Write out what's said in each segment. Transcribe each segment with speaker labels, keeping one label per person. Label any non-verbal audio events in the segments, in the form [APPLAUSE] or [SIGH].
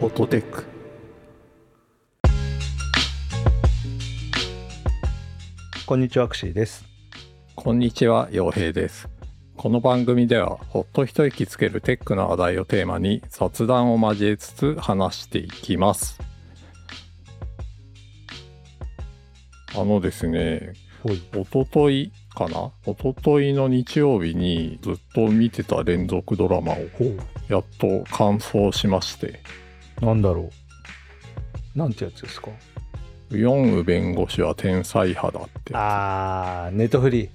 Speaker 1: フォトテックこんにちはアクシーです
Speaker 2: こんにちは、洋平です。この番組では、ほっと一息つけるテックの話題をテーマに雑談を交えつつ話していきます。あのですね、
Speaker 1: おい
Speaker 2: おとといかなおとといの日曜日にずっと見てた連続ドラマを
Speaker 1: ほう
Speaker 2: やっと完走しまして、
Speaker 1: なんだろうなんてやつですか
Speaker 2: ウヨンウ弁護士は天才派だって。
Speaker 1: あーネットフリー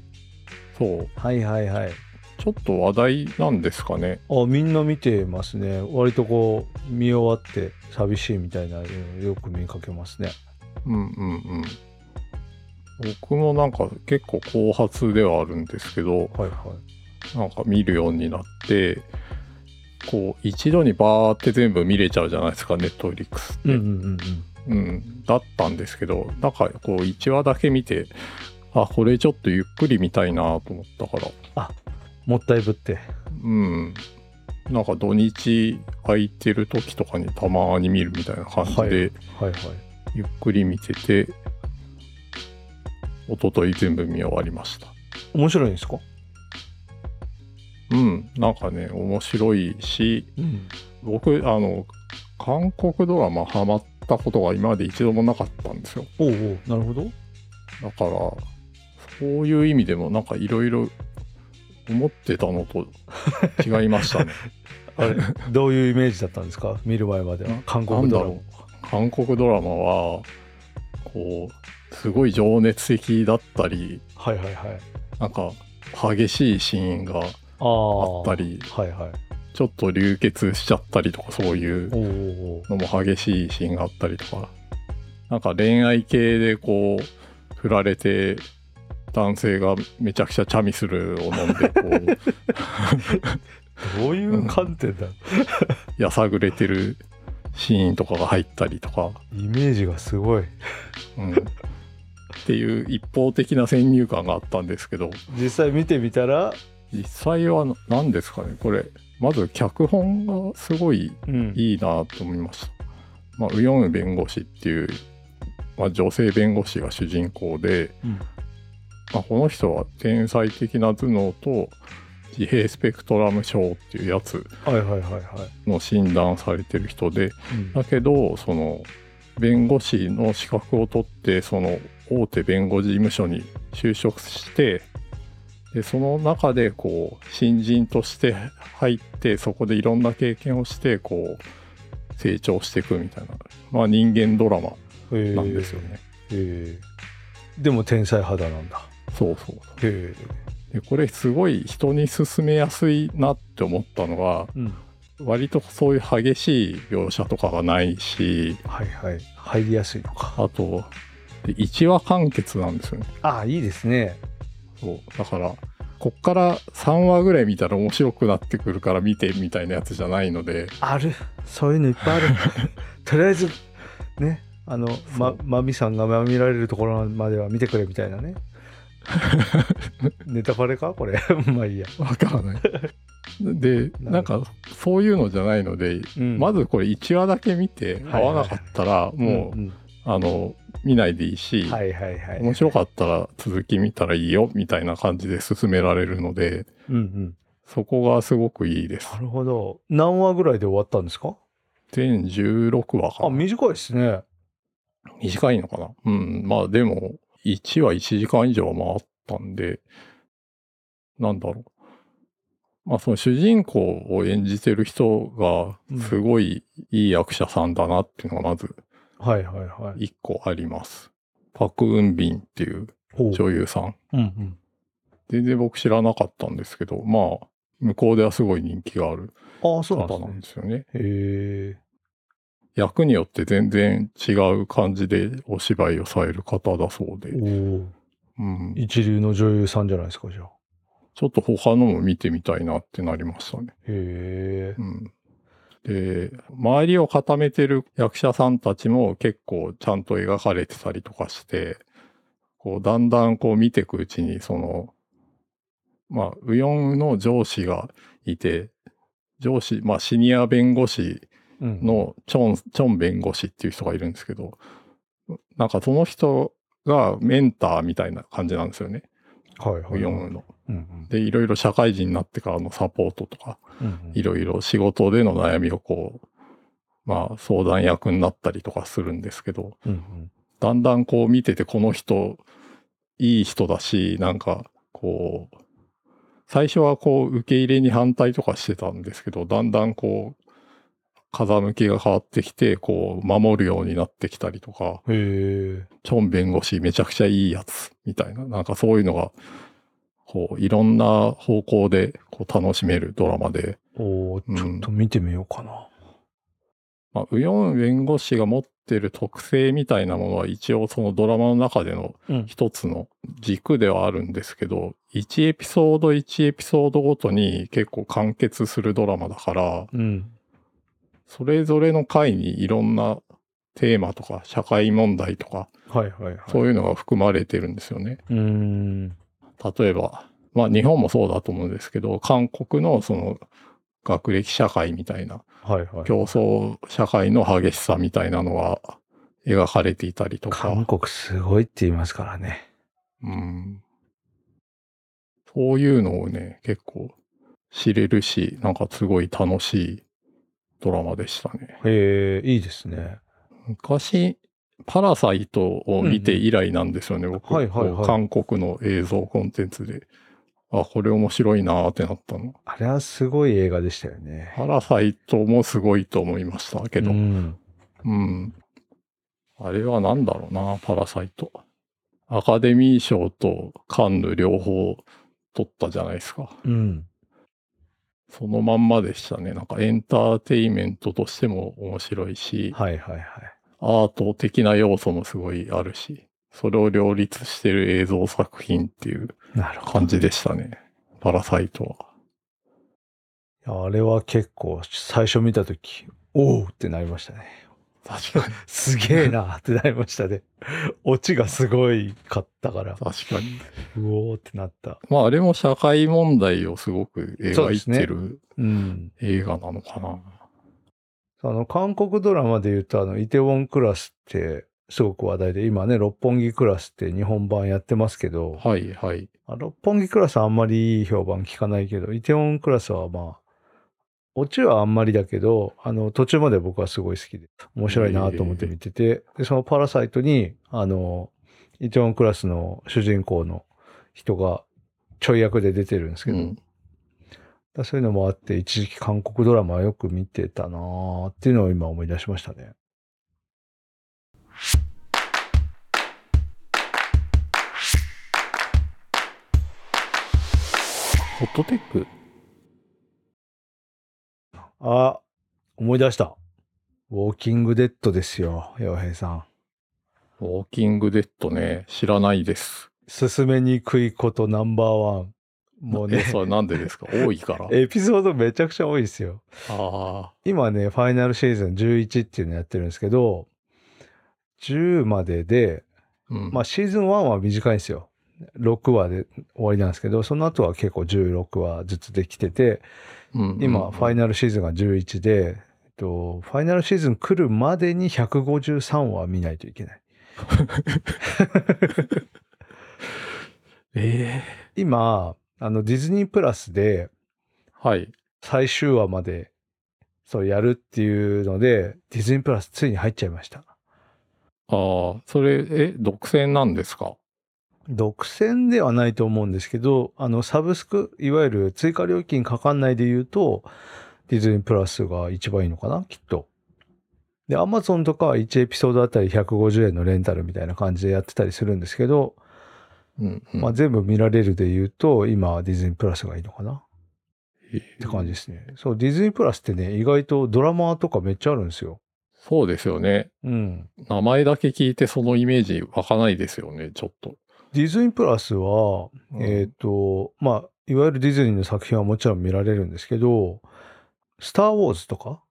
Speaker 2: そう、
Speaker 1: はいはいはい
Speaker 2: ちょっと話題なんですかね。
Speaker 1: あみんな見てますね割とこう見終わって寂しいみたいなのよく見かけますね
Speaker 2: うんうんうん。僕もなんか結構後発ではあるんですけど、
Speaker 1: はいは
Speaker 2: なんか見るようになって、こう一度にバーって全部見れちゃうじゃないですか、ネットフリックス。
Speaker 1: いうんうんうん
Speaker 2: うん。だったんですけど、なんかこう1話だけ見て、あ、これちょっとゆっくり見たいなと思ったから、
Speaker 1: もったいぶって
Speaker 2: うん。なんか土日空いてる時とかにたまに見るみたいな感じで、
Speaker 1: はいはいはい
Speaker 2: ゆっくり見てて、一昨日全部見終わりました。
Speaker 1: 面白いんですか
Speaker 2: うん、なんかね、面白いし、
Speaker 1: うん
Speaker 2: 僕、あの、韓国ドラマハマったことが今まで一度もなかったんですよ。
Speaker 1: おうおうなるほど
Speaker 2: だから、そういう意味でも、なんかいろいろ思ってたのと [LAUGHS] 違いましたね。
Speaker 1: あ [LAUGHS] れどういうイメージだったんですか見る前までは
Speaker 2: な
Speaker 1: 韓国ドラ
Speaker 2: な
Speaker 1: マ
Speaker 2: んだ韓国ドラマは、こう、すごい情熱的だったり、
Speaker 1: はいはいはい
Speaker 2: なんか激しいシーンが
Speaker 1: ああ
Speaker 2: あったり、
Speaker 1: はいはい
Speaker 2: ちょっと流血しちゃったりとか、そういう
Speaker 1: おうおうおう
Speaker 2: のも激しいシーンがあったりとか、なんか恋愛系でこう、振られて、男性がめちゃくちゃチャミスルを飲んで、こう、
Speaker 1: どういう観点だ、
Speaker 2: やさぐれてるシーンとかが入ったりとか、
Speaker 1: イメージがすごい
Speaker 2: うん、っていう一方的な先入観があったんですけど、
Speaker 1: 実際見てみたら、
Speaker 2: 実際は何ですかね、これ、まず脚本がすごい
Speaker 1: うん
Speaker 2: いいなと思いました。まあ、ウヨンウ弁護士っていう、まあ、女性弁護士が主人公で、
Speaker 1: うん
Speaker 2: まあ、この人は天才的な頭脳と自閉スペクトラム症っていうやつ
Speaker 1: はいはいはいはい、
Speaker 2: の診断されてる人で
Speaker 1: うん
Speaker 2: だけどその弁護士の資格を取ってその大手弁護事務所に就職してでその中でこう新人として入ってそこでいろんな経験をしてこう成長していくみたいな、まあ、人間ドラマ
Speaker 1: へえ
Speaker 2: なんですよね。
Speaker 1: へえでも天才肌なんだ
Speaker 2: そうそう
Speaker 1: へえ、
Speaker 2: でこれすごい人に勧めやすいなって思ったのが
Speaker 1: うん、
Speaker 2: 割とそういう激しい描写とかがないし
Speaker 1: はいはい入りやすいのか
Speaker 2: あとで1話完結なんですよね
Speaker 1: ああいいですね
Speaker 2: そうだからこっから3話ぐらい見たら面白くなってくるから見てみたいなやつじゃないので
Speaker 1: あるそういうのいっぱい [LAUGHS] あるとりあえずねあのま
Speaker 2: そう
Speaker 1: まみさんがまみられるところまでは見てくれみたい [LAUGHS] なねネタバレかこれ [LAUGHS] まあいいや、
Speaker 2: わからない [LAUGHS] でなんかそういうのじゃないので、
Speaker 1: うん
Speaker 2: まずこれ1話だけ見て
Speaker 1: はいはい
Speaker 2: 合わなかったらもう、
Speaker 1: ん
Speaker 2: あの見ないでいいし、
Speaker 1: うんはいはいはい
Speaker 2: 面白かったら続き見たらいいよみたいな感じで進められるので
Speaker 1: うんうん
Speaker 2: そこがすごくいいです
Speaker 1: なるほど。何話ぐらいで終わったんですか
Speaker 2: 全16話か
Speaker 1: あ、
Speaker 2: な
Speaker 1: 短いですね。
Speaker 2: 短いのかなうんまあでも1話1時間以上は回ったんでなんだろうまあその主人公を演じてる人
Speaker 1: うん
Speaker 2: がすごいいい役者さんだなっていうのがまず
Speaker 1: はいはいはい。
Speaker 2: 1個ありますパク・ウンビンっていう
Speaker 1: ほう
Speaker 2: 女優さん
Speaker 1: うんうん。
Speaker 2: 全然僕知らなかったんですけどまあ向こうではすごい人気がある
Speaker 1: ああ、そうなんで
Speaker 2: 方
Speaker 1: す
Speaker 2: なん
Speaker 1: ね。
Speaker 2: ですよね。
Speaker 1: へえ。
Speaker 2: 役によって全然違う感じでお芝居をされる方だそうで、
Speaker 1: おお。
Speaker 2: うん、
Speaker 1: 一流の女優さんじゃないですか、じゃあ。
Speaker 2: ちょっと他のも見てみたいなってなりましたね。
Speaker 1: へえ
Speaker 2: う。ん、で周りを固めてる役者さんたちも結構ちゃんと描かれてたりとかしてこうだんだんこう見ていくうちにそのまあウヨンの上司がいて上司まあシニア弁護士
Speaker 1: うん
Speaker 2: のチョン、チョン弁護士っていう人がいるんですけど、なんかその人がメンターみたいな感じなんですよね。
Speaker 1: はいはい
Speaker 2: 読むの。
Speaker 1: うんうん
Speaker 2: で、いろいろ社会人になってからのサポートとか、
Speaker 1: うん
Speaker 2: いろいろ仕事での悩みをこう、まあ相談役になったりとかするんですけど、
Speaker 1: うんうん
Speaker 2: だんだんこう見ててこの人いい人だしなんかこう最初はこう受け入れに反対とかしてたんですけどだんだんこう風向きが変わってきてこう守るようになってきたりとか
Speaker 1: へえ
Speaker 2: チョン弁護士めちゃくちゃいいやつみたいななんかそういうのがこういろんな方向でこう楽しめるドラマで、
Speaker 1: おーちょっと見てみようかな、
Speaker 2: まあ、ウヨン弁護士が持ってる特性みたいなものは一応そのドラマの中での
Speaker 1: うん
Speaker 2: 一つの軸ではあるんですけど、1エピソード1エピソードごとに結構完結するドラマだから、
Speaker 1: うん
Speaker 2: それぞれの回にいろんなテーマとか社会問題とか、
Speaker 1: はいはいはい
Speaker 2: そういうのが含まれてるんですよね。
Speaker 1: うーん
Speaker 2: 例えば、まあ日本もそうだと思うんですけど、韓国のその学歴社会みたいな、
Speaker 1: はいはい
Speaker 2: 競争社会の激しさみたいなのが描かれていたりとか。
Speaker 1: 韓国すごいって言いますからね
Speaker 2: うん。そういうのをね、結構知れるし、なんかすごい楽しいドラマでしたね。
Speaker 1: へえいいですね
Speaker 2: 昔、パラサイトを見て以来なんですよね、僕、
Speaker 1: はいはいはい
Speaker 2: こう韓国の映像コンテンツで。あ、これ面白いなーってなったの。
Speaker 1: あれはすごい映画でしたよね
Speaker 2: パラサイトもすごいと思いましたけど。
Speaker 1: うん
Speaker 2: うん。あれは何だろうな、パラサイト。アカデミー賞とカンヌ両方取ったじゃないですか。
Speaker 1: うん
Speaker 2: そのまんまでしたね。なんかエンターテイメントとしても面白いし、
Speaker 1: はいはいはい
Speaker 2: アート的な要素もすごいあるし、それを両立してる映像作品っていう
Speaker 1: なるほ
Speaker 2: 感じでしたね。パラサイトは。
Speaker 1: どあれは結構最初見た時おおってなりましたね
Speaker 2: 確かに。
Speaker 1: すげえ [LAUGHS] なってなりましたね。オチがすごいかったから、
Speaker 2: 確か
Speaker 1: [LAUGHS]
Speaker 2: に。
Speaker 1: うおーってなった。
Speaker 2: まああれも社会問題をすごく
Speaker 1: そう
Speaker 2: 描
Speaker 1: で
Speaker 2: い
Speaker 1: すね
Speaker 2: てる
Speaker 1: うん。
Speaker 2: 映画なのかな。
Speaker 1: あの、韓国ドラマで言うと、あの、イテウォンクラスって、すごく話題で、今ね、六本木クラスって日本版やってますけど、
Speaker 2: はいはい。
Speaker 1: あ六本木クラスはあんまりいい評判聞かないけど、イテウォンクラスはまあ、オチはあんまりだけど、あの、途中まで僕はすごい好きで、面白いなと思って見てて、で、そのパラサイトに、あの、イテウォンクラスの主人公の人が、ちょい役で出てるんですけ
Speaker 2: う
Speaker 1: ど、だか
Speaker 2: ん。
Speaker 1: らそういうのもあって、一時期韓国ドラマはよく見てたなーっていうのを今思い出しましたね。
Speaker 2: ホットテック
Speaker 1: あ、思い出した。ウォーキングデッドですよ、洋平さん。
Speaker 2: ウォーキングデッドね、知らないです。
Speaker 1: 進めにくいことナンバーワン。もう
Speaker 2: え
Speaker 1: ね、
Speaker 2: それなんでですか多いから。
Speaker 1: エピソードめちゃくちゃ多いですよ。
Speaker 2: あ
Speaker 1: 今ね、ファイナルシーズン11っていうのやってるんですけど、10までで、
Speaker 2: あ。うん。
Speaker 1: まあシーズン1は短いんですよ。6話で終わりなんですけど、その後は結構16話ずつできてて、
Speaker 2: うん
Speaker 1: 今、ファイナルシーズンが11で、えっと、ファイナルシーズン来るまでに153話見ないといけない。
Speaker 2: ええ
Speaker 1: 今、あの、ディズニープラスで、
Speaker 2: はい。
Speaker 1: 最終話までそうやるっていうのでディズニープラスついに入っちゃいました
Speaker 2: ああ、それ、え、独占なんですか
Speaker 1: 独占ではないと思うんですけどあのサブスクいわゆる追加料金かかんないで言うとディズニープラスが一番いいのかなきっとでアマゾンとかは1エピソードあたり150円のレンタルみたいな感じでやってたりするんですけど、
Speaker 2: うん、うん。
Speaker 1: まあ、全部見られるで言うと今はディズニープラスがいいのかな
Speaker 2: え
Speaker 1: って感じですね、そうディズニープラスってね意外とドラマとかめっちゃあるんですよ
Speaker 2: そうですよね。
Speaker 1: うん
Speaker 2: 名前だけ聞いてそのイメージ湧かないですよね、ちょっと。
Speaker 1: ディズニープラスは、
Speaker 2: うん
Speaker 1: えっ、と、まあ、いわゆるディズニーの作品はもちろん見られるんですけど、スター・ウォーズとか、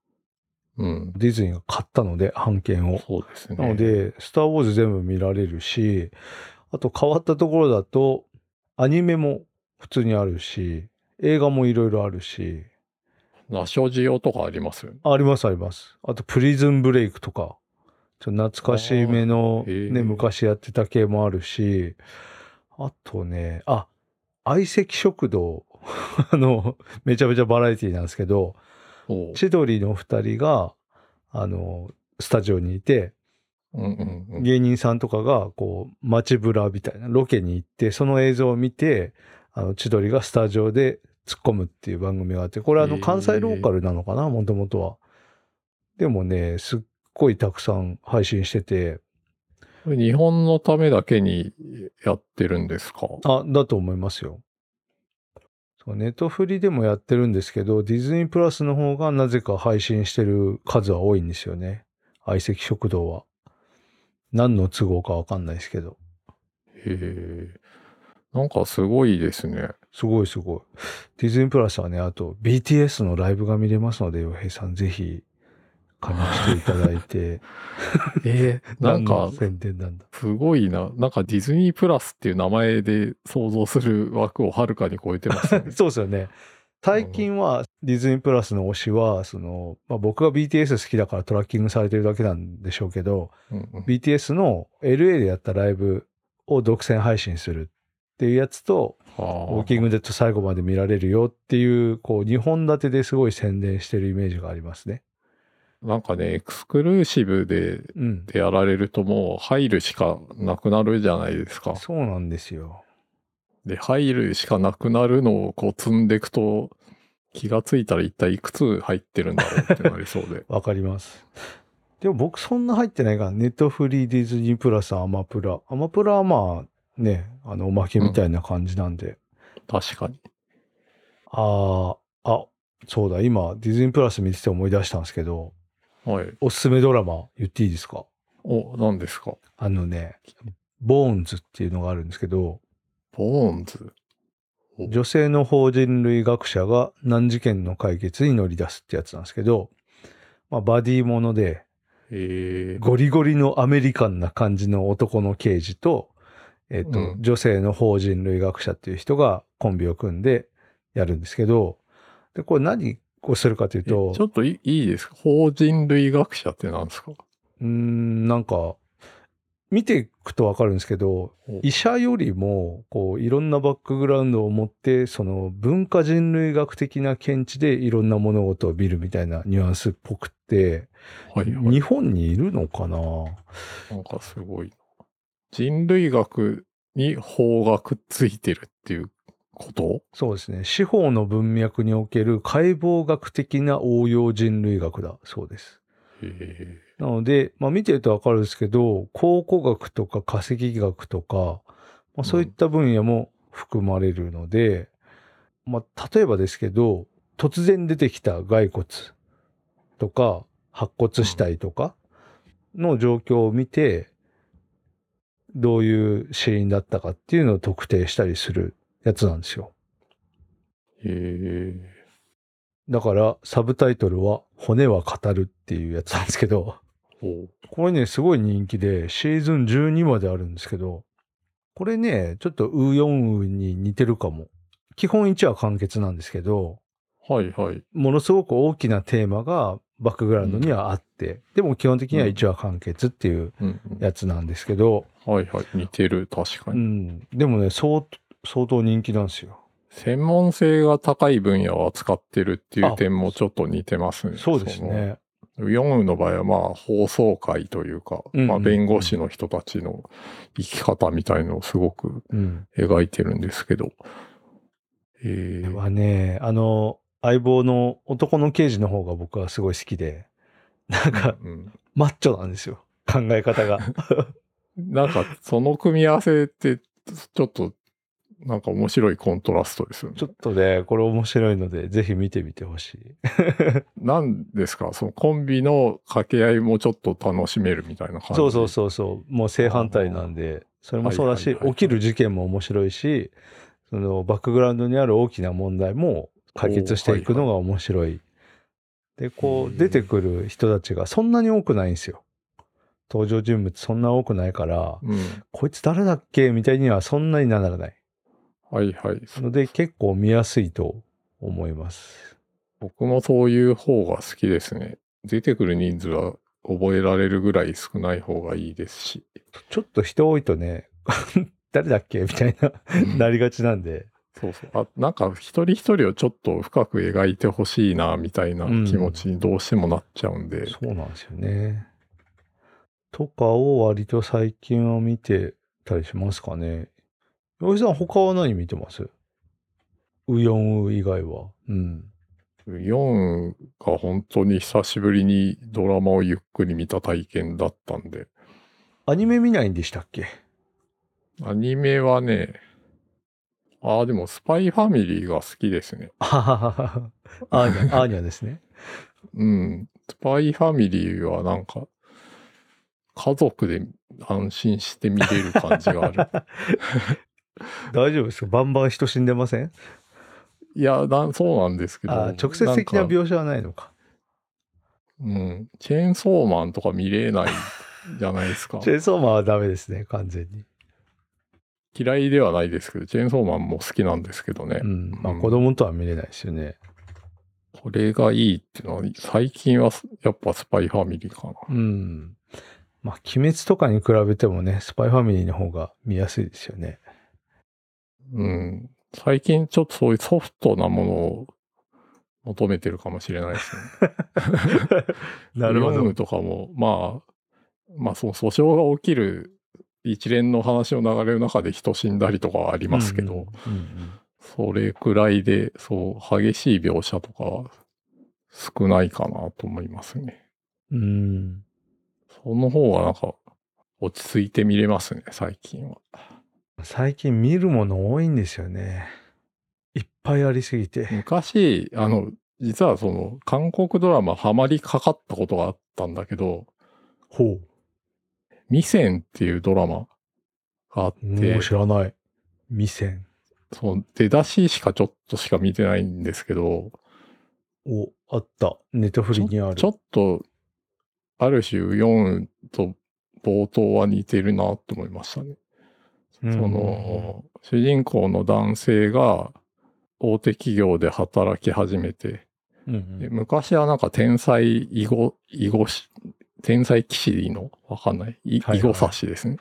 Speaker 2: うん。
Speaker 1: ディズニーが買ったので、版権を。
Speaker 2: そうですね。
Speaker 1: なので、スター・ウォーズ全部見られるし、あと変わったところだと、アニメも普通にあるし、映画もいろいろあるし、
Speaker 2: ナショジオとかあります
Speaker 1: ありますあります。あと、プリズンブレイクとか、ちょっと懐かしめの、
Speaker 2: あーへー
Speaker 1: ね、昔やってた系もあるし、あとね、あ、相席食堂、 [LAUGHS] あの、めちゃめちゃバラエティなんですけど、
Speaker 2: おう
Speaker 1: 千鳥の二人が、あの、スタジオにいて、
Speaker 2: うんうんうん
Speaker 1: 芸人さんとかが、こう、街ブラみたいな、ロケに行って、その映像を見て、あの、千鳥がスタジオで突っ込むっていう番組があって、これあ
Speaker 2: へ
Speaker 1: の、
Speaker 2: ー
Speaker 1: 関西ローカルなのかな、もともとは。でもね、すっごいたくさん配信してて、
Speaker 2: これ日本のためだけにやってるんですか
Speaker 1: あ、だと思いますよ。そうネットフリでもやってるんですけど、ディズニープラスの方がなぜか配信してる数は多いんですよね。相席食堂は。何の都合かわかんないですけど。
Speaker 2: へえ。なんかすごいですね。
Speaker 1: すごいすごい。ディズニープラスはね、あと BTS のライブが見れますので、洋平さんぜひ加入していただいて。
Speaker 2: え [LAUGHS] な
Speaker 1: 何
Speaker 2: んか
Speaker 1: の、宣伝なんだ。。
Speaker 2: すごいな。なんかディズニープラスっていう名前で想像する枠をはるかに超えてますね
Speaker 1: そうですよね。最近はディズニープラスの推しは、その、まあ、僕が BTS 好きだからトラッキングされてるだけなんでしょうけど、
Speaker 2: うんうん
Speaker 1: BTS の LA でやったライブを独占配信するっていうやつと、
Speaker 2: あー
Speaker 1: ウォーキングデッド最後まで見られるよっていう、こう、2本立てですごい宣伝してるイメージがありますね。
Speaker 2: なんかね、エクスクルーシブで
Speaker 1: うん。
Speaker 2: でやられるともう入るしかなくなるじゃないですか。
Speaker 1: そうなんですよ。
Speaker 2: で、入るしかなくなるのをこう積んでいくと、気がついたら一体いくつ入ってるんだろうってなりそうで
Speaker 1: [LAUGHS] 。わかります。でも僕そんな入ってないから、ネットフリー、ディズニープラス、アマプラ。アマプラはまあね、あの、おまけみたいな感じなんで。
Speaker 2: 確かに。
Speaker 1: ああ、あ、そうだ、今、ディズニープラス見てて思い出したんですけど、
Speaker 2: はい。
Speaker 1: おすすめドラマ言っていいですか
Speaker 2: お、何ですか
Speaker 1: あのね、ボーンズっていうのがあるんですけど、
Speaker 2: ボーンズ。お
Speaker 1: 女性の法人類学者が難事件の解決に乗り出すってやつなんですけど、まあ、バディもので、
Speaker 2: えー、
Speaker 1: ゴリゴリのアメリカンな感じの男の刑事と、えっと、
Speaker 2: うん
Speaker 1: 女性の法人類学者っていう人がコンビを組んでやるんですけど、で、これ何をするかという
Speaker 2: えち
Speaker 1: と、
Speaker 2: ょっといいいですか法人類学者って何ですか
Speaker 1: うーん、なんか、見ていくとわかるんですけど、医者よりも、こう、いろんなバックグラウンドを持って、その文化人類学的な見地でいろんな物事を見るみたいなニュアンスっぽくって、
Speaker 2: はいはい
Speaker 1: 日本にいるのかな
Speaker 2: なんかすごいな。人類学に法学ついてるっていうこと
Speaker 1: そうですね。司法の文脈における解剖学的な応用人類学だそうです。
Speaker 2: え
Speaker 1: なので、まあ、見てるとわかるんですけど、考古学とか化石学とか、まあ、そういった分野も含まれるので、まあ、例えばですけど、突然出てきた骸骨とか、白骨死体とかの状況を見て、どういう死因だったかっていうのを特定したりするやつなんですよ。
Speaker 2: ー、え
Speaker 1: だから、サブタイトルは、骨は語るっていうやつなんですけ [LAUGHS] ど、
Speaker 2: ー、お
Speaker 1: これね、すごい人気で、シーズン12まであるんですけど、これね、ちょっとウーヨンウーに似てるかも。基本1話完結なんですけど、
Speaker 2: はいはい。
Speaker 1: ものすごく大きなテーマがバックグラウンドにはあって、でも基本的には1話完結っていう
Speaker 2: うん
Speaker 1: やつなんですけど、
Speaker 2: うん、はいはい。似てる、確か
Speaker 1: う
Speaker 2: に。
Speaker 1: ん、でもね、相相当人気なんですよ。
Speaker 2: 専門性が高い分野を扱ってるっていう点もちょっと似てますね。
Speaker 1: そうですね。
Speaker 2: その。ヨンウの場合は、まあ、法曹界というか、
Speaker 1: うんうん
Speaker 2: まあ、弁護士の人たちの生き方みたいのをすごく
Speaker 1: うん。
Speaker 2: 描いてるんですけど。え
Speaker 1: これ
Speaker 2: ー、
Speaker 1: はね、あの、相棒の男の刑事の方が僕はすごい好きで、なんか、
Speaker 2: うんうん
Speaker 1: マッチョなんですよ。考え方
Speaker 2: [LAUGHS]
Speaker 1: が。
Speaker 2: なんか、その組み合わせって、ちょっと、なんか面白いコントラストですよね
Speaker 1: ち。ょっとね、これ面白いので、ぜひ見てみてほしい。
Speaker 2: なんですか、そのコンビの掛け合いもちょっと楽しめるみたいな感じ。
Speaker 1: そうそうそうそう。もう正反対なんで、それもそうだし、
Speaker 2: はいはいはいはい
Speaker 1: 起きる事件も面白いし、そのバックグラウンドにある大きな問題も解決していくのが面白い。で、こ
Speaker 2: へ
Speaker 1: う、
Speaker 2: ー
Speaker 1: 出てくる人たちがそんなに多くないんですよ。登場人物そんな多くないから、
Speaker 2: うん。
Speaker 1: こいつ誰だっけみたいにはそんなにならない。
Speaker 2: はいはい。
Speaker 1: ので結構見やすいと思います。
Speaker 2: 僕もそういう方が好きですね。出てくる人数は覚えられるぐらい少ない方がいいですし。
Speaker 1: ちょっと人多いとね、 [LAUGHS] 誰だっけみたいな、なりがちなんで。
Speaker 2: そうそう。あなんか一人一人をちょっと深く描いてほしいなみたいな気持ちにどうしてもなっちゃうんで。
Speaker 1: そうなんですよね。とかを割と最近は見てたりしますかね。洋井さん、他は何見てますウヨンウ以外は。うん。
Speaker 2: 4が本当に久しぶりにドラマをゆっくり見た体験だったんで、
Speaker 1: アニメ見ないんでしたっけ
Speaker 2: アニメはね、ああ、でもスパイファミリーが好きですね。
Speaker 1: あはははアー [LAUGHS] ニャ、アーニャですね。
Speaker 2: うん。スパイファミリーはなんか、家族で安心して見れる感じが
Speaker 1: [LAUGHS]
Speaker 2: ある。
Speaker 1: 大丈夫ですかバンバン人死んでません
Speaker 2: いやな、そうなんですけど。
Speaker 1: あー直接的な
Speaker 2: なんか
Speaker 1: 描写はないのか。。
Speaker 2: うん。チェーンソーマンとか見れないじゃないです
Speaker 1: [LAUGHS]
Speaker 2: か
Speaker 1: チェーンソーマンはダメですね、完全に。
Speaker 2: 嫌いではないですけど、チェーンソーマンも好きなんですけどね。
Speaker 1: うん。まあ
Speaker 2: うん
Speaker 1: 子供とは見れないですよね。
Speaker 2: これがいいっていうのは、最近はやっぱスパイファミリーかな。
Speaker 1: うん。まあ、鬼滅とかに比べてもね、スパイファミリーの方が見やすいですよ
Speaker 2: [LAUGHS]
Speaker 1: ね。
Speaker 2: うん。最近ちょっとそういうソフトなものを求めてるかもしれないです
Speaker 1: [LAUGHS]
Speaker 2: ね。ヨンウ。とかも、まあ、まあ、その訴訟が起きる一連の話の流れの中で人死んだりとかはありますけど、
Speaker 1: うんうん
Speaker 2: それくらいで、そう、激しい描写とかは少ないかなと思いますね。
Speaker 1: うんうん
Speaker 2: その方がなんか、落ち着いて見れますね、最近は。
Speaker 1: 最近見るもの多いんですよね。いっぱいありすぎて。
Speaker 2: 昔、あの、実はその、韓国ドラマハマりかかったことがあったんだけど、
Speaker 1: ほ
Speaker 2: ミセンっていうドラマがあっ
Speaker 1: う。
Speaker 2: て
Speaker 1: もう、知らない。未戦。
Speaker 2: その出だししかちょっとしか見てないんですけど、
Speaker 1: お、あった。ネットフ
Speaker 2: ち
Speaker 1: リ
Speaker 2: ょ
Speaker 1: にある。
Speaker 2: ちょっと、ある種4と冒頭は似てるなと思いましたね。
Speaker 1: うん
Speaker 2: その、主人公の男性が大手企業で働き始めて、
Speaker 1: うん
Speaker 2: で昔はなんか天才囲碁、囲碁し、天才棋士でいいのわかんない。い囲
Speaker 1: はいはい
Speaker 2: 碁指しですね。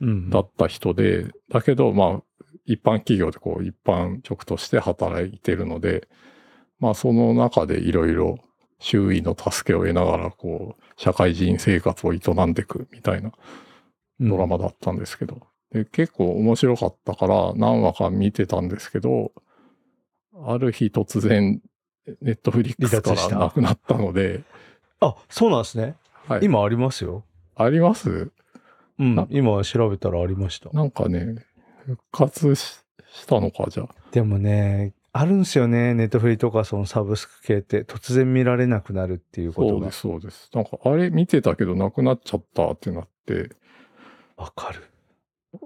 Speaker 1: うんうん
Speaker 2: だった人で、だけど、まあ、一般企業でこう、一般職として働いてるので、まあ、その中でいろいろ周囲の助けを得ながら、こう、社会人生活を営んでいくみたいなドラマだったんですけど、で結構面白かったから何話か見てたんですけど、ある日突然、ネットフリックスか
Speaker 1: 離脱し
Speaker 2: ら
Speaker 1: た
Speaker 2: なくなったので、
Speaker 1: あ、そうなんですね。
Speaker 2: はい、
Speaker 1: 今ありますよ。
Speaker 2: あります
Speaker 1: うん
Speaker 2: あ。
Speaker 1: 今調べたらありました。
Speaker 2: なんかね、復活ししたのか、じゃあ。
Speaker 1: でもね、あるんですよね。ネットフリとかそのサブスク系って突然見られなくなるっていうこと
Speaker 2: そうで
Speaker 1: が
Speaker 2: す、。そうです。なんか、あれ見てたけどなくなっちゃったってなって、
Speaker 1: わかる。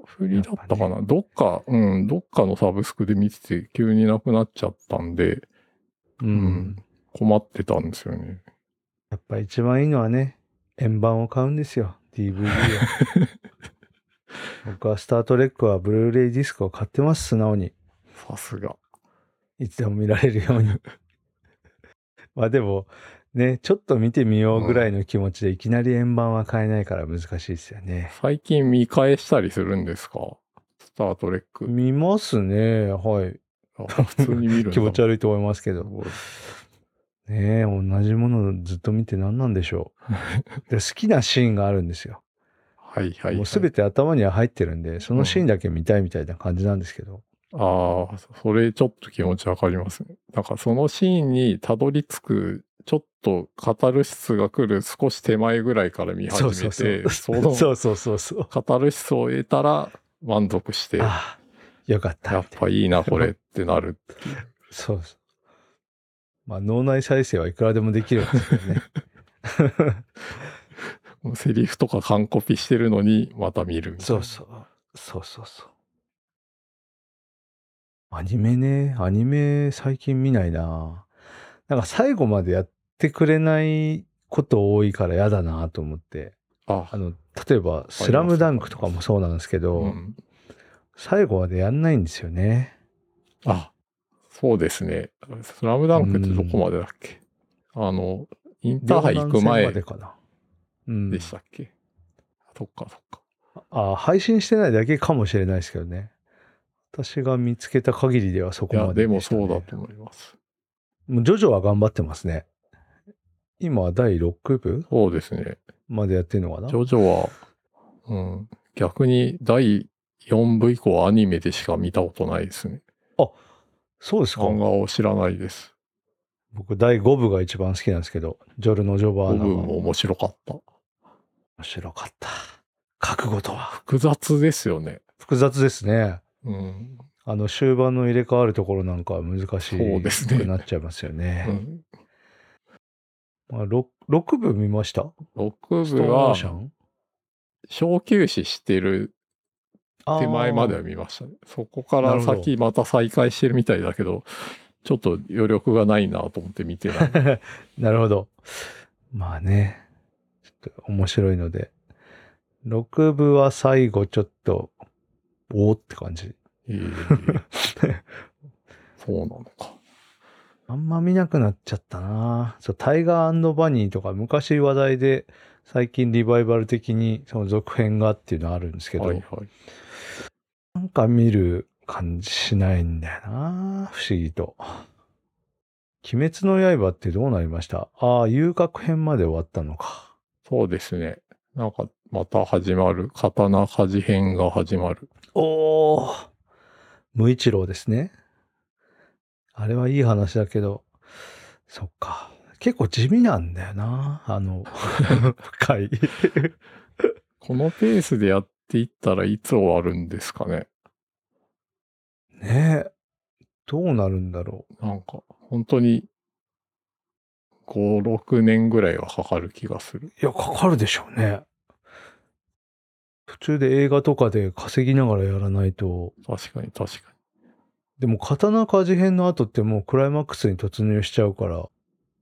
Speaker 2: フリーだった
Speaker 1: や
Speaker 2: か
Speaker 1: っ
Speaker 2: な、どっか、うん、どっかのサブスクで見てて急になくなっちゃったんで、
Speaker 1: う。
Speaker 2: うん困ってたんですよね。
Speaker 1: やっぱ一番いいのはね、円盤を買うんですよ。DVD を。
Speaker 2: [LAUGHS]
Speaker 1: 僕はスタートレックはブルーレイディスクを買ってます、素直に。
Speaker 2: さすが。
Speaker 1: いつでも見られるように。 [LAUGHS] まあでも、ね、ちょっと見てみようぐらいの気持ちでいきなり円盤は買えないから難しいですよね。
Speaker 2: 最近見返したりするんですかスタートレック。
Speaker 1: 見ますね。はい。
Speaker 2: あ普通に見るんだ
Speaker 1: 気持ち悪いと思いますけ
Speaker 2: す
Speaker 1: ど。
Speaker 2: ごい
Speaker 1: ねえ、同じものずっと見て何なんでしょ
Speaker 2: [LAUGHS]
Speaker 1: う。で好きなシーンがあるんですよ。
Speaker 2: はいはい、はい。
Speaker 1: もうすべて頭には入ってるんで、そのシーンだけ見たいみたいな感じなんですけど。
Speaker 2: ああ、それちょっと気持ちわかりますね。なんかそのシーンにたどり着く、ちょっとカタルシスが来る少し手前ぐらいから見始
Speaker 1: そう
Speaker 2: め
Speaker 1: そう
Speaker 2: て、そ
Speaker 1: そう。
Speaker 2: の
Speaker 1: そうそうそうそう。
Speaker 2: カタルシスを得たら満足して、や
Speaker 1: ああ、よかった
Speaker 2: っぱいいなこれってなる。
Speaker 1: そうそう。まあ、脳内再生はいくらでもできるんですけどね。
Speaker 2: セリフとか完コピしてるのにまた見るみたい
Speaker 1: そう
Speaker 2: な。
Speaker 1: そう。そうそうそう。アニメね。アニメ最近見ないな。なんか最後までやってくれないこと多いから嫌だなと思って。
Speaker 2: あ
Speaker 1: あ、の、例えば、スラムダンクとかもそうなんですけど、
Speaker 2: うん、
Speaker 1: 最後までやんないんですよね。
Speaker 2: あ、そうですね。スラムダンクってどこまでだっけ、あの、インターハイ行く
Speaker 1: 両南戦ま
Speaker 2: 前
Speaker 1: でかな。うん
Speaker 2: で。したっけ、そっかそっか。
Speaker 1: あ、配信してないだけかもしれないですけどね。私が見つけた限りではそ
Speaker 2: い
Speaker 1: こ
Speaker 2: や、
Speaker 1: まで
Speaker 2: でも
Speaker 1: したね
Speaker 2: そうだと思います。
Speaker 1: もうジョジョは頑張ってますね。今は第6部
Speaker 2: そうですね。
Speaker 1: までやってるのかな
Speaker 2: ジョジョは、うん、逆に第4部以降はアニメでしか見たことないですね。
Speaker 1: そうですか。
Speaker 2: 漫画を知らないです。
Speaker 1: 僕、第5部が一番好きなんですけど、ジョルノ・ジョバ
Speaker 2: 5
Speaker 1: ーナ
Speaker 2: 部
Speaker 1: の。
Speaker 2: も面白かった。
Speaker 1: 面白かった。覚悟とは。
Speaker 2: 複雑ですよね。
Speaker 1: 複雑ですね。
Speaker 2: うん。
Speaker 1: あの、終盤の入れ替わるところなんかは難し
Speaker 2: そうですね
Speaker 1: くなっちゃいますよね。
Speaker 2: うん、
Speaker 1: まあ、6, 6部見ましたス
Speaker 2: 6
Speaker 1: トー
Speaker 2: 部
Speaker 1: ンオ
Speaker 2: は
Speaker 1: ーシャン
Speaker 2: 小休止してる手前までは見ましたね。そこから
Speaker 1: なるほ
Speaker 2: 先また再開してるみたいだけど、ちょっと余力がないなと思って見
Speaker 1: [LAUGHS]
Speaker 2: てない。
Speaker 1: なるほど。まあね。ちょっと面白いので。6部は最後ちょっと、おーって感じ。[LAUGHS]
Speaker 2: えーそうなのか。
Speaker 1: あんま見なくなっちゃったなそう、タイガーバニーとか昔話題で最近リバイバル的にその続編がっていうのあるんですけど、
Speaker 2: はいはい。
Speaker 1: なんか見る感じしないんだよな不思議と。鬼滅の刃ってどうなりましたああ、遊郭編まで終わったのか。
Speaker 2: そうですね。なんか、また始まる。刀鍛冶編が始まる。
Speaker 1: おお無一郎ですね。あれはいい話だけど、そっか。結構地味なんだよなあの、深い。
Speaker 2: このペースでやっていったらいつ終わるんですかね。
Speaker 1: ねえ。どうなるんだろう。
Speaker 2: なんか、本当に、5、6年ぐらいはかかる気がする。
Speaker 1: いや、かかるでしょうね。途中で映画とかで稼ぎながらやらないと。
Speaker 2: 確かに確か
Speaker 1: でも、刀鍛冶編の後ってもうクライマックスに突入しちゃうから、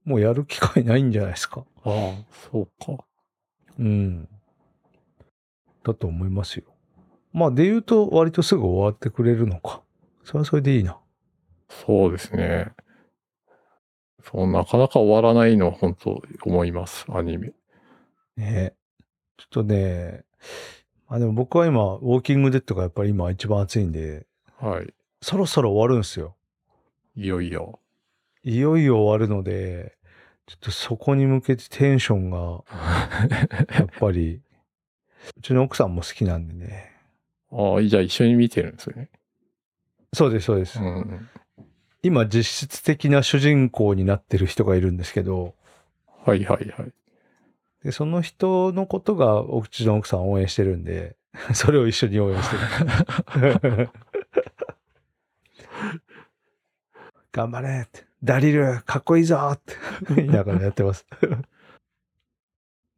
Speaker 1: もうやる機会ないんじゃないですか。
Speaker 2: に。ああ、そうか。
Speaker 1: うん。だと思いますよ。まあ、で言うと、割とすぐ終わってくれるのか。それはそれでいいな。
Speaker 2: そうですね。そう、なかなか終わらないのは本当思います、アニメ。
Speaker 1: ねちょっとね、まあでも僕は今、ウォーキングデッドがやっぱり今一番熱いんで、
Speaker 2: はい。
Speaker 1: そろそろ終わるんですよ。
Speaker 2: いよいよ。
Speaker 1: いよいよ終わるので、ちょっとそこに向けてテンションが、やっぱり、うちの奥さんも好きなんでね。
Speaker 2: ああ、じゃあ一緒に見てるんですよね。
Speaker 1: そうです、そうです。
Speaker 2: うん。
Speaker 1: 今、実質的な主人公になってる人がいるんですけど、
Speaker 2: はいはいはい。
Speaker 1: でその人のことが、うちの奥さんを応援してるんで、 [LAUGHS] それを一緒に応援してる。 [LAUGHS] 頑張れって。ダリル、かっこいいぞ
Speaker 2: [LAUGHS]
Speaker 1: って言いながらやってます。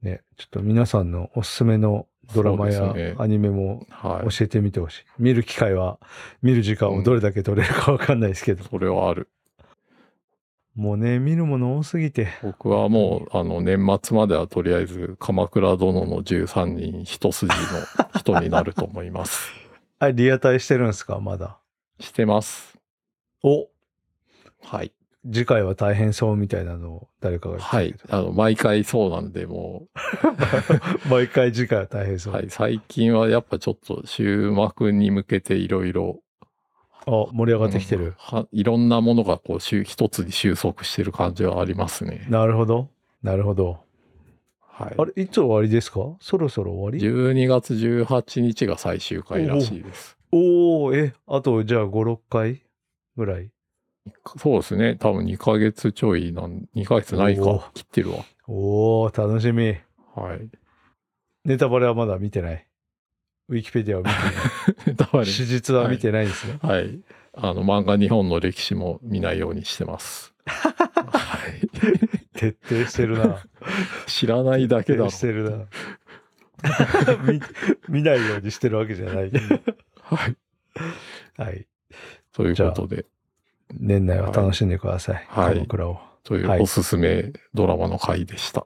Speaker 1: ね、ちょっと皆さんのおすすめのドラマ
Speaker 2: そ
Speaker 1: や
Speaker 2: うですね
Speaker 1: アニメも
Speaker 2: はい。
Speaker 1: 教えてみてほしい。見る機会は、見る時間をどれだけ取れるかわかんないですけど、
Speaker 2: それはある。
Speaker 1: もうね、見るもの多すぎて、
Speaker 2: 僕はもう、あの、年末まではとりあえず、鎌倉殿の13人一筋の人になると思います。 [LAUGHS]
Speaker 1: あリアタイしてるんですか、まだ。
Speaker 2: してます。
Speaker 1: お
Speaker 2: はい。
Speaker 1: 次回は大変そうみたいなのを誰かが言ってた
Speaker 2: はい。あの、毎回そうなんで、も
Speaker 1: けど [LAUGHS] 毎回次回は大変
Speaker 2: う、
Speaker 1: そう。
Speaker 2: はい。最近はやっぱちょっと、終幕に向けていろいろ。
Speaker 1: あ、盛り上がってきて
Speaker 2: うん
Speaker 1: る。
Speaker 2: はいろんなものが、こう、集一つに収束してる感じはありますね。
Speaker 1: なるほど。なるほど。
Speaker 2: はい
Speaker 1: あ。れ、いつ終わりですかそろそろ終わり
Speaker 2: 12月18日が最終回らしいです。
Speaker 1: おおえ、あとじゃあ5、6回ぐらい。
Speaker 2: そうですね。多分2ヶ月ちょいなん、2ヶ月ない
Speaker 1: おお
Speaker 2: か、切ってるわ。
Speaker 1: おお楽しみ。 [LAUGHS]
Speaker 2: はい。
Speaker 1: ネタバレはまだ見てない。ウィキペディアを見て
Speaker 2: ネタバ
Speaker 1: ない。
Speaker 2: レ
Speaker 1: 史実は見てないですね。
Speaker 2: はい。あの、漫画日本の歴史も見ないようにし
Speaker 1: [LAUGHS]
Speaker 2: てます。はい。
Speaker 1: 徹底してるな。
Speaker 2: 知ら [LAUGHS] ないだ
Speaker 1: 徹
Speaker 2: けだろ
Speaker 1: 底してるな。 [LAUGHS] 見見ないようにしてるわけじゃ
Speaker 2: [LAUGHS]
Speaker 1: ない。
Speaker 2: はい。
Speaker 1: はい。
Speaker 2: ということで、
Speaker 1: 年内は楽しんでください。
Speaker 2: はい
Speaker 1: 鎌倉を。
Speaker 2: とい
Speaker 1: はいう
Speaker 2: おすすめドラマの回でした。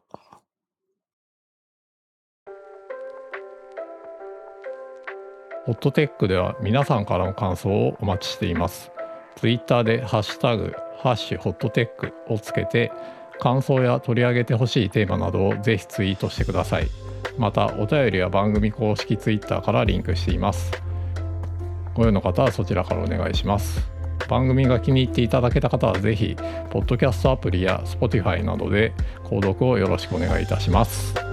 Speaker 2: ホットテックでは皆さんからの感想をお待ちしています。ツイッターで「ハッシュタグハッシュホットテック」をつけて感想や取り上げてほしいテーマなどをぜひツイートしてくださいまたお便りは番組公式ツイッターからリンクしていますご用の方はそちらからお願いします番組が気に入っていただけた方はぜひポッドキャストアプリや Spotify などで購読をよろしくお願いいたします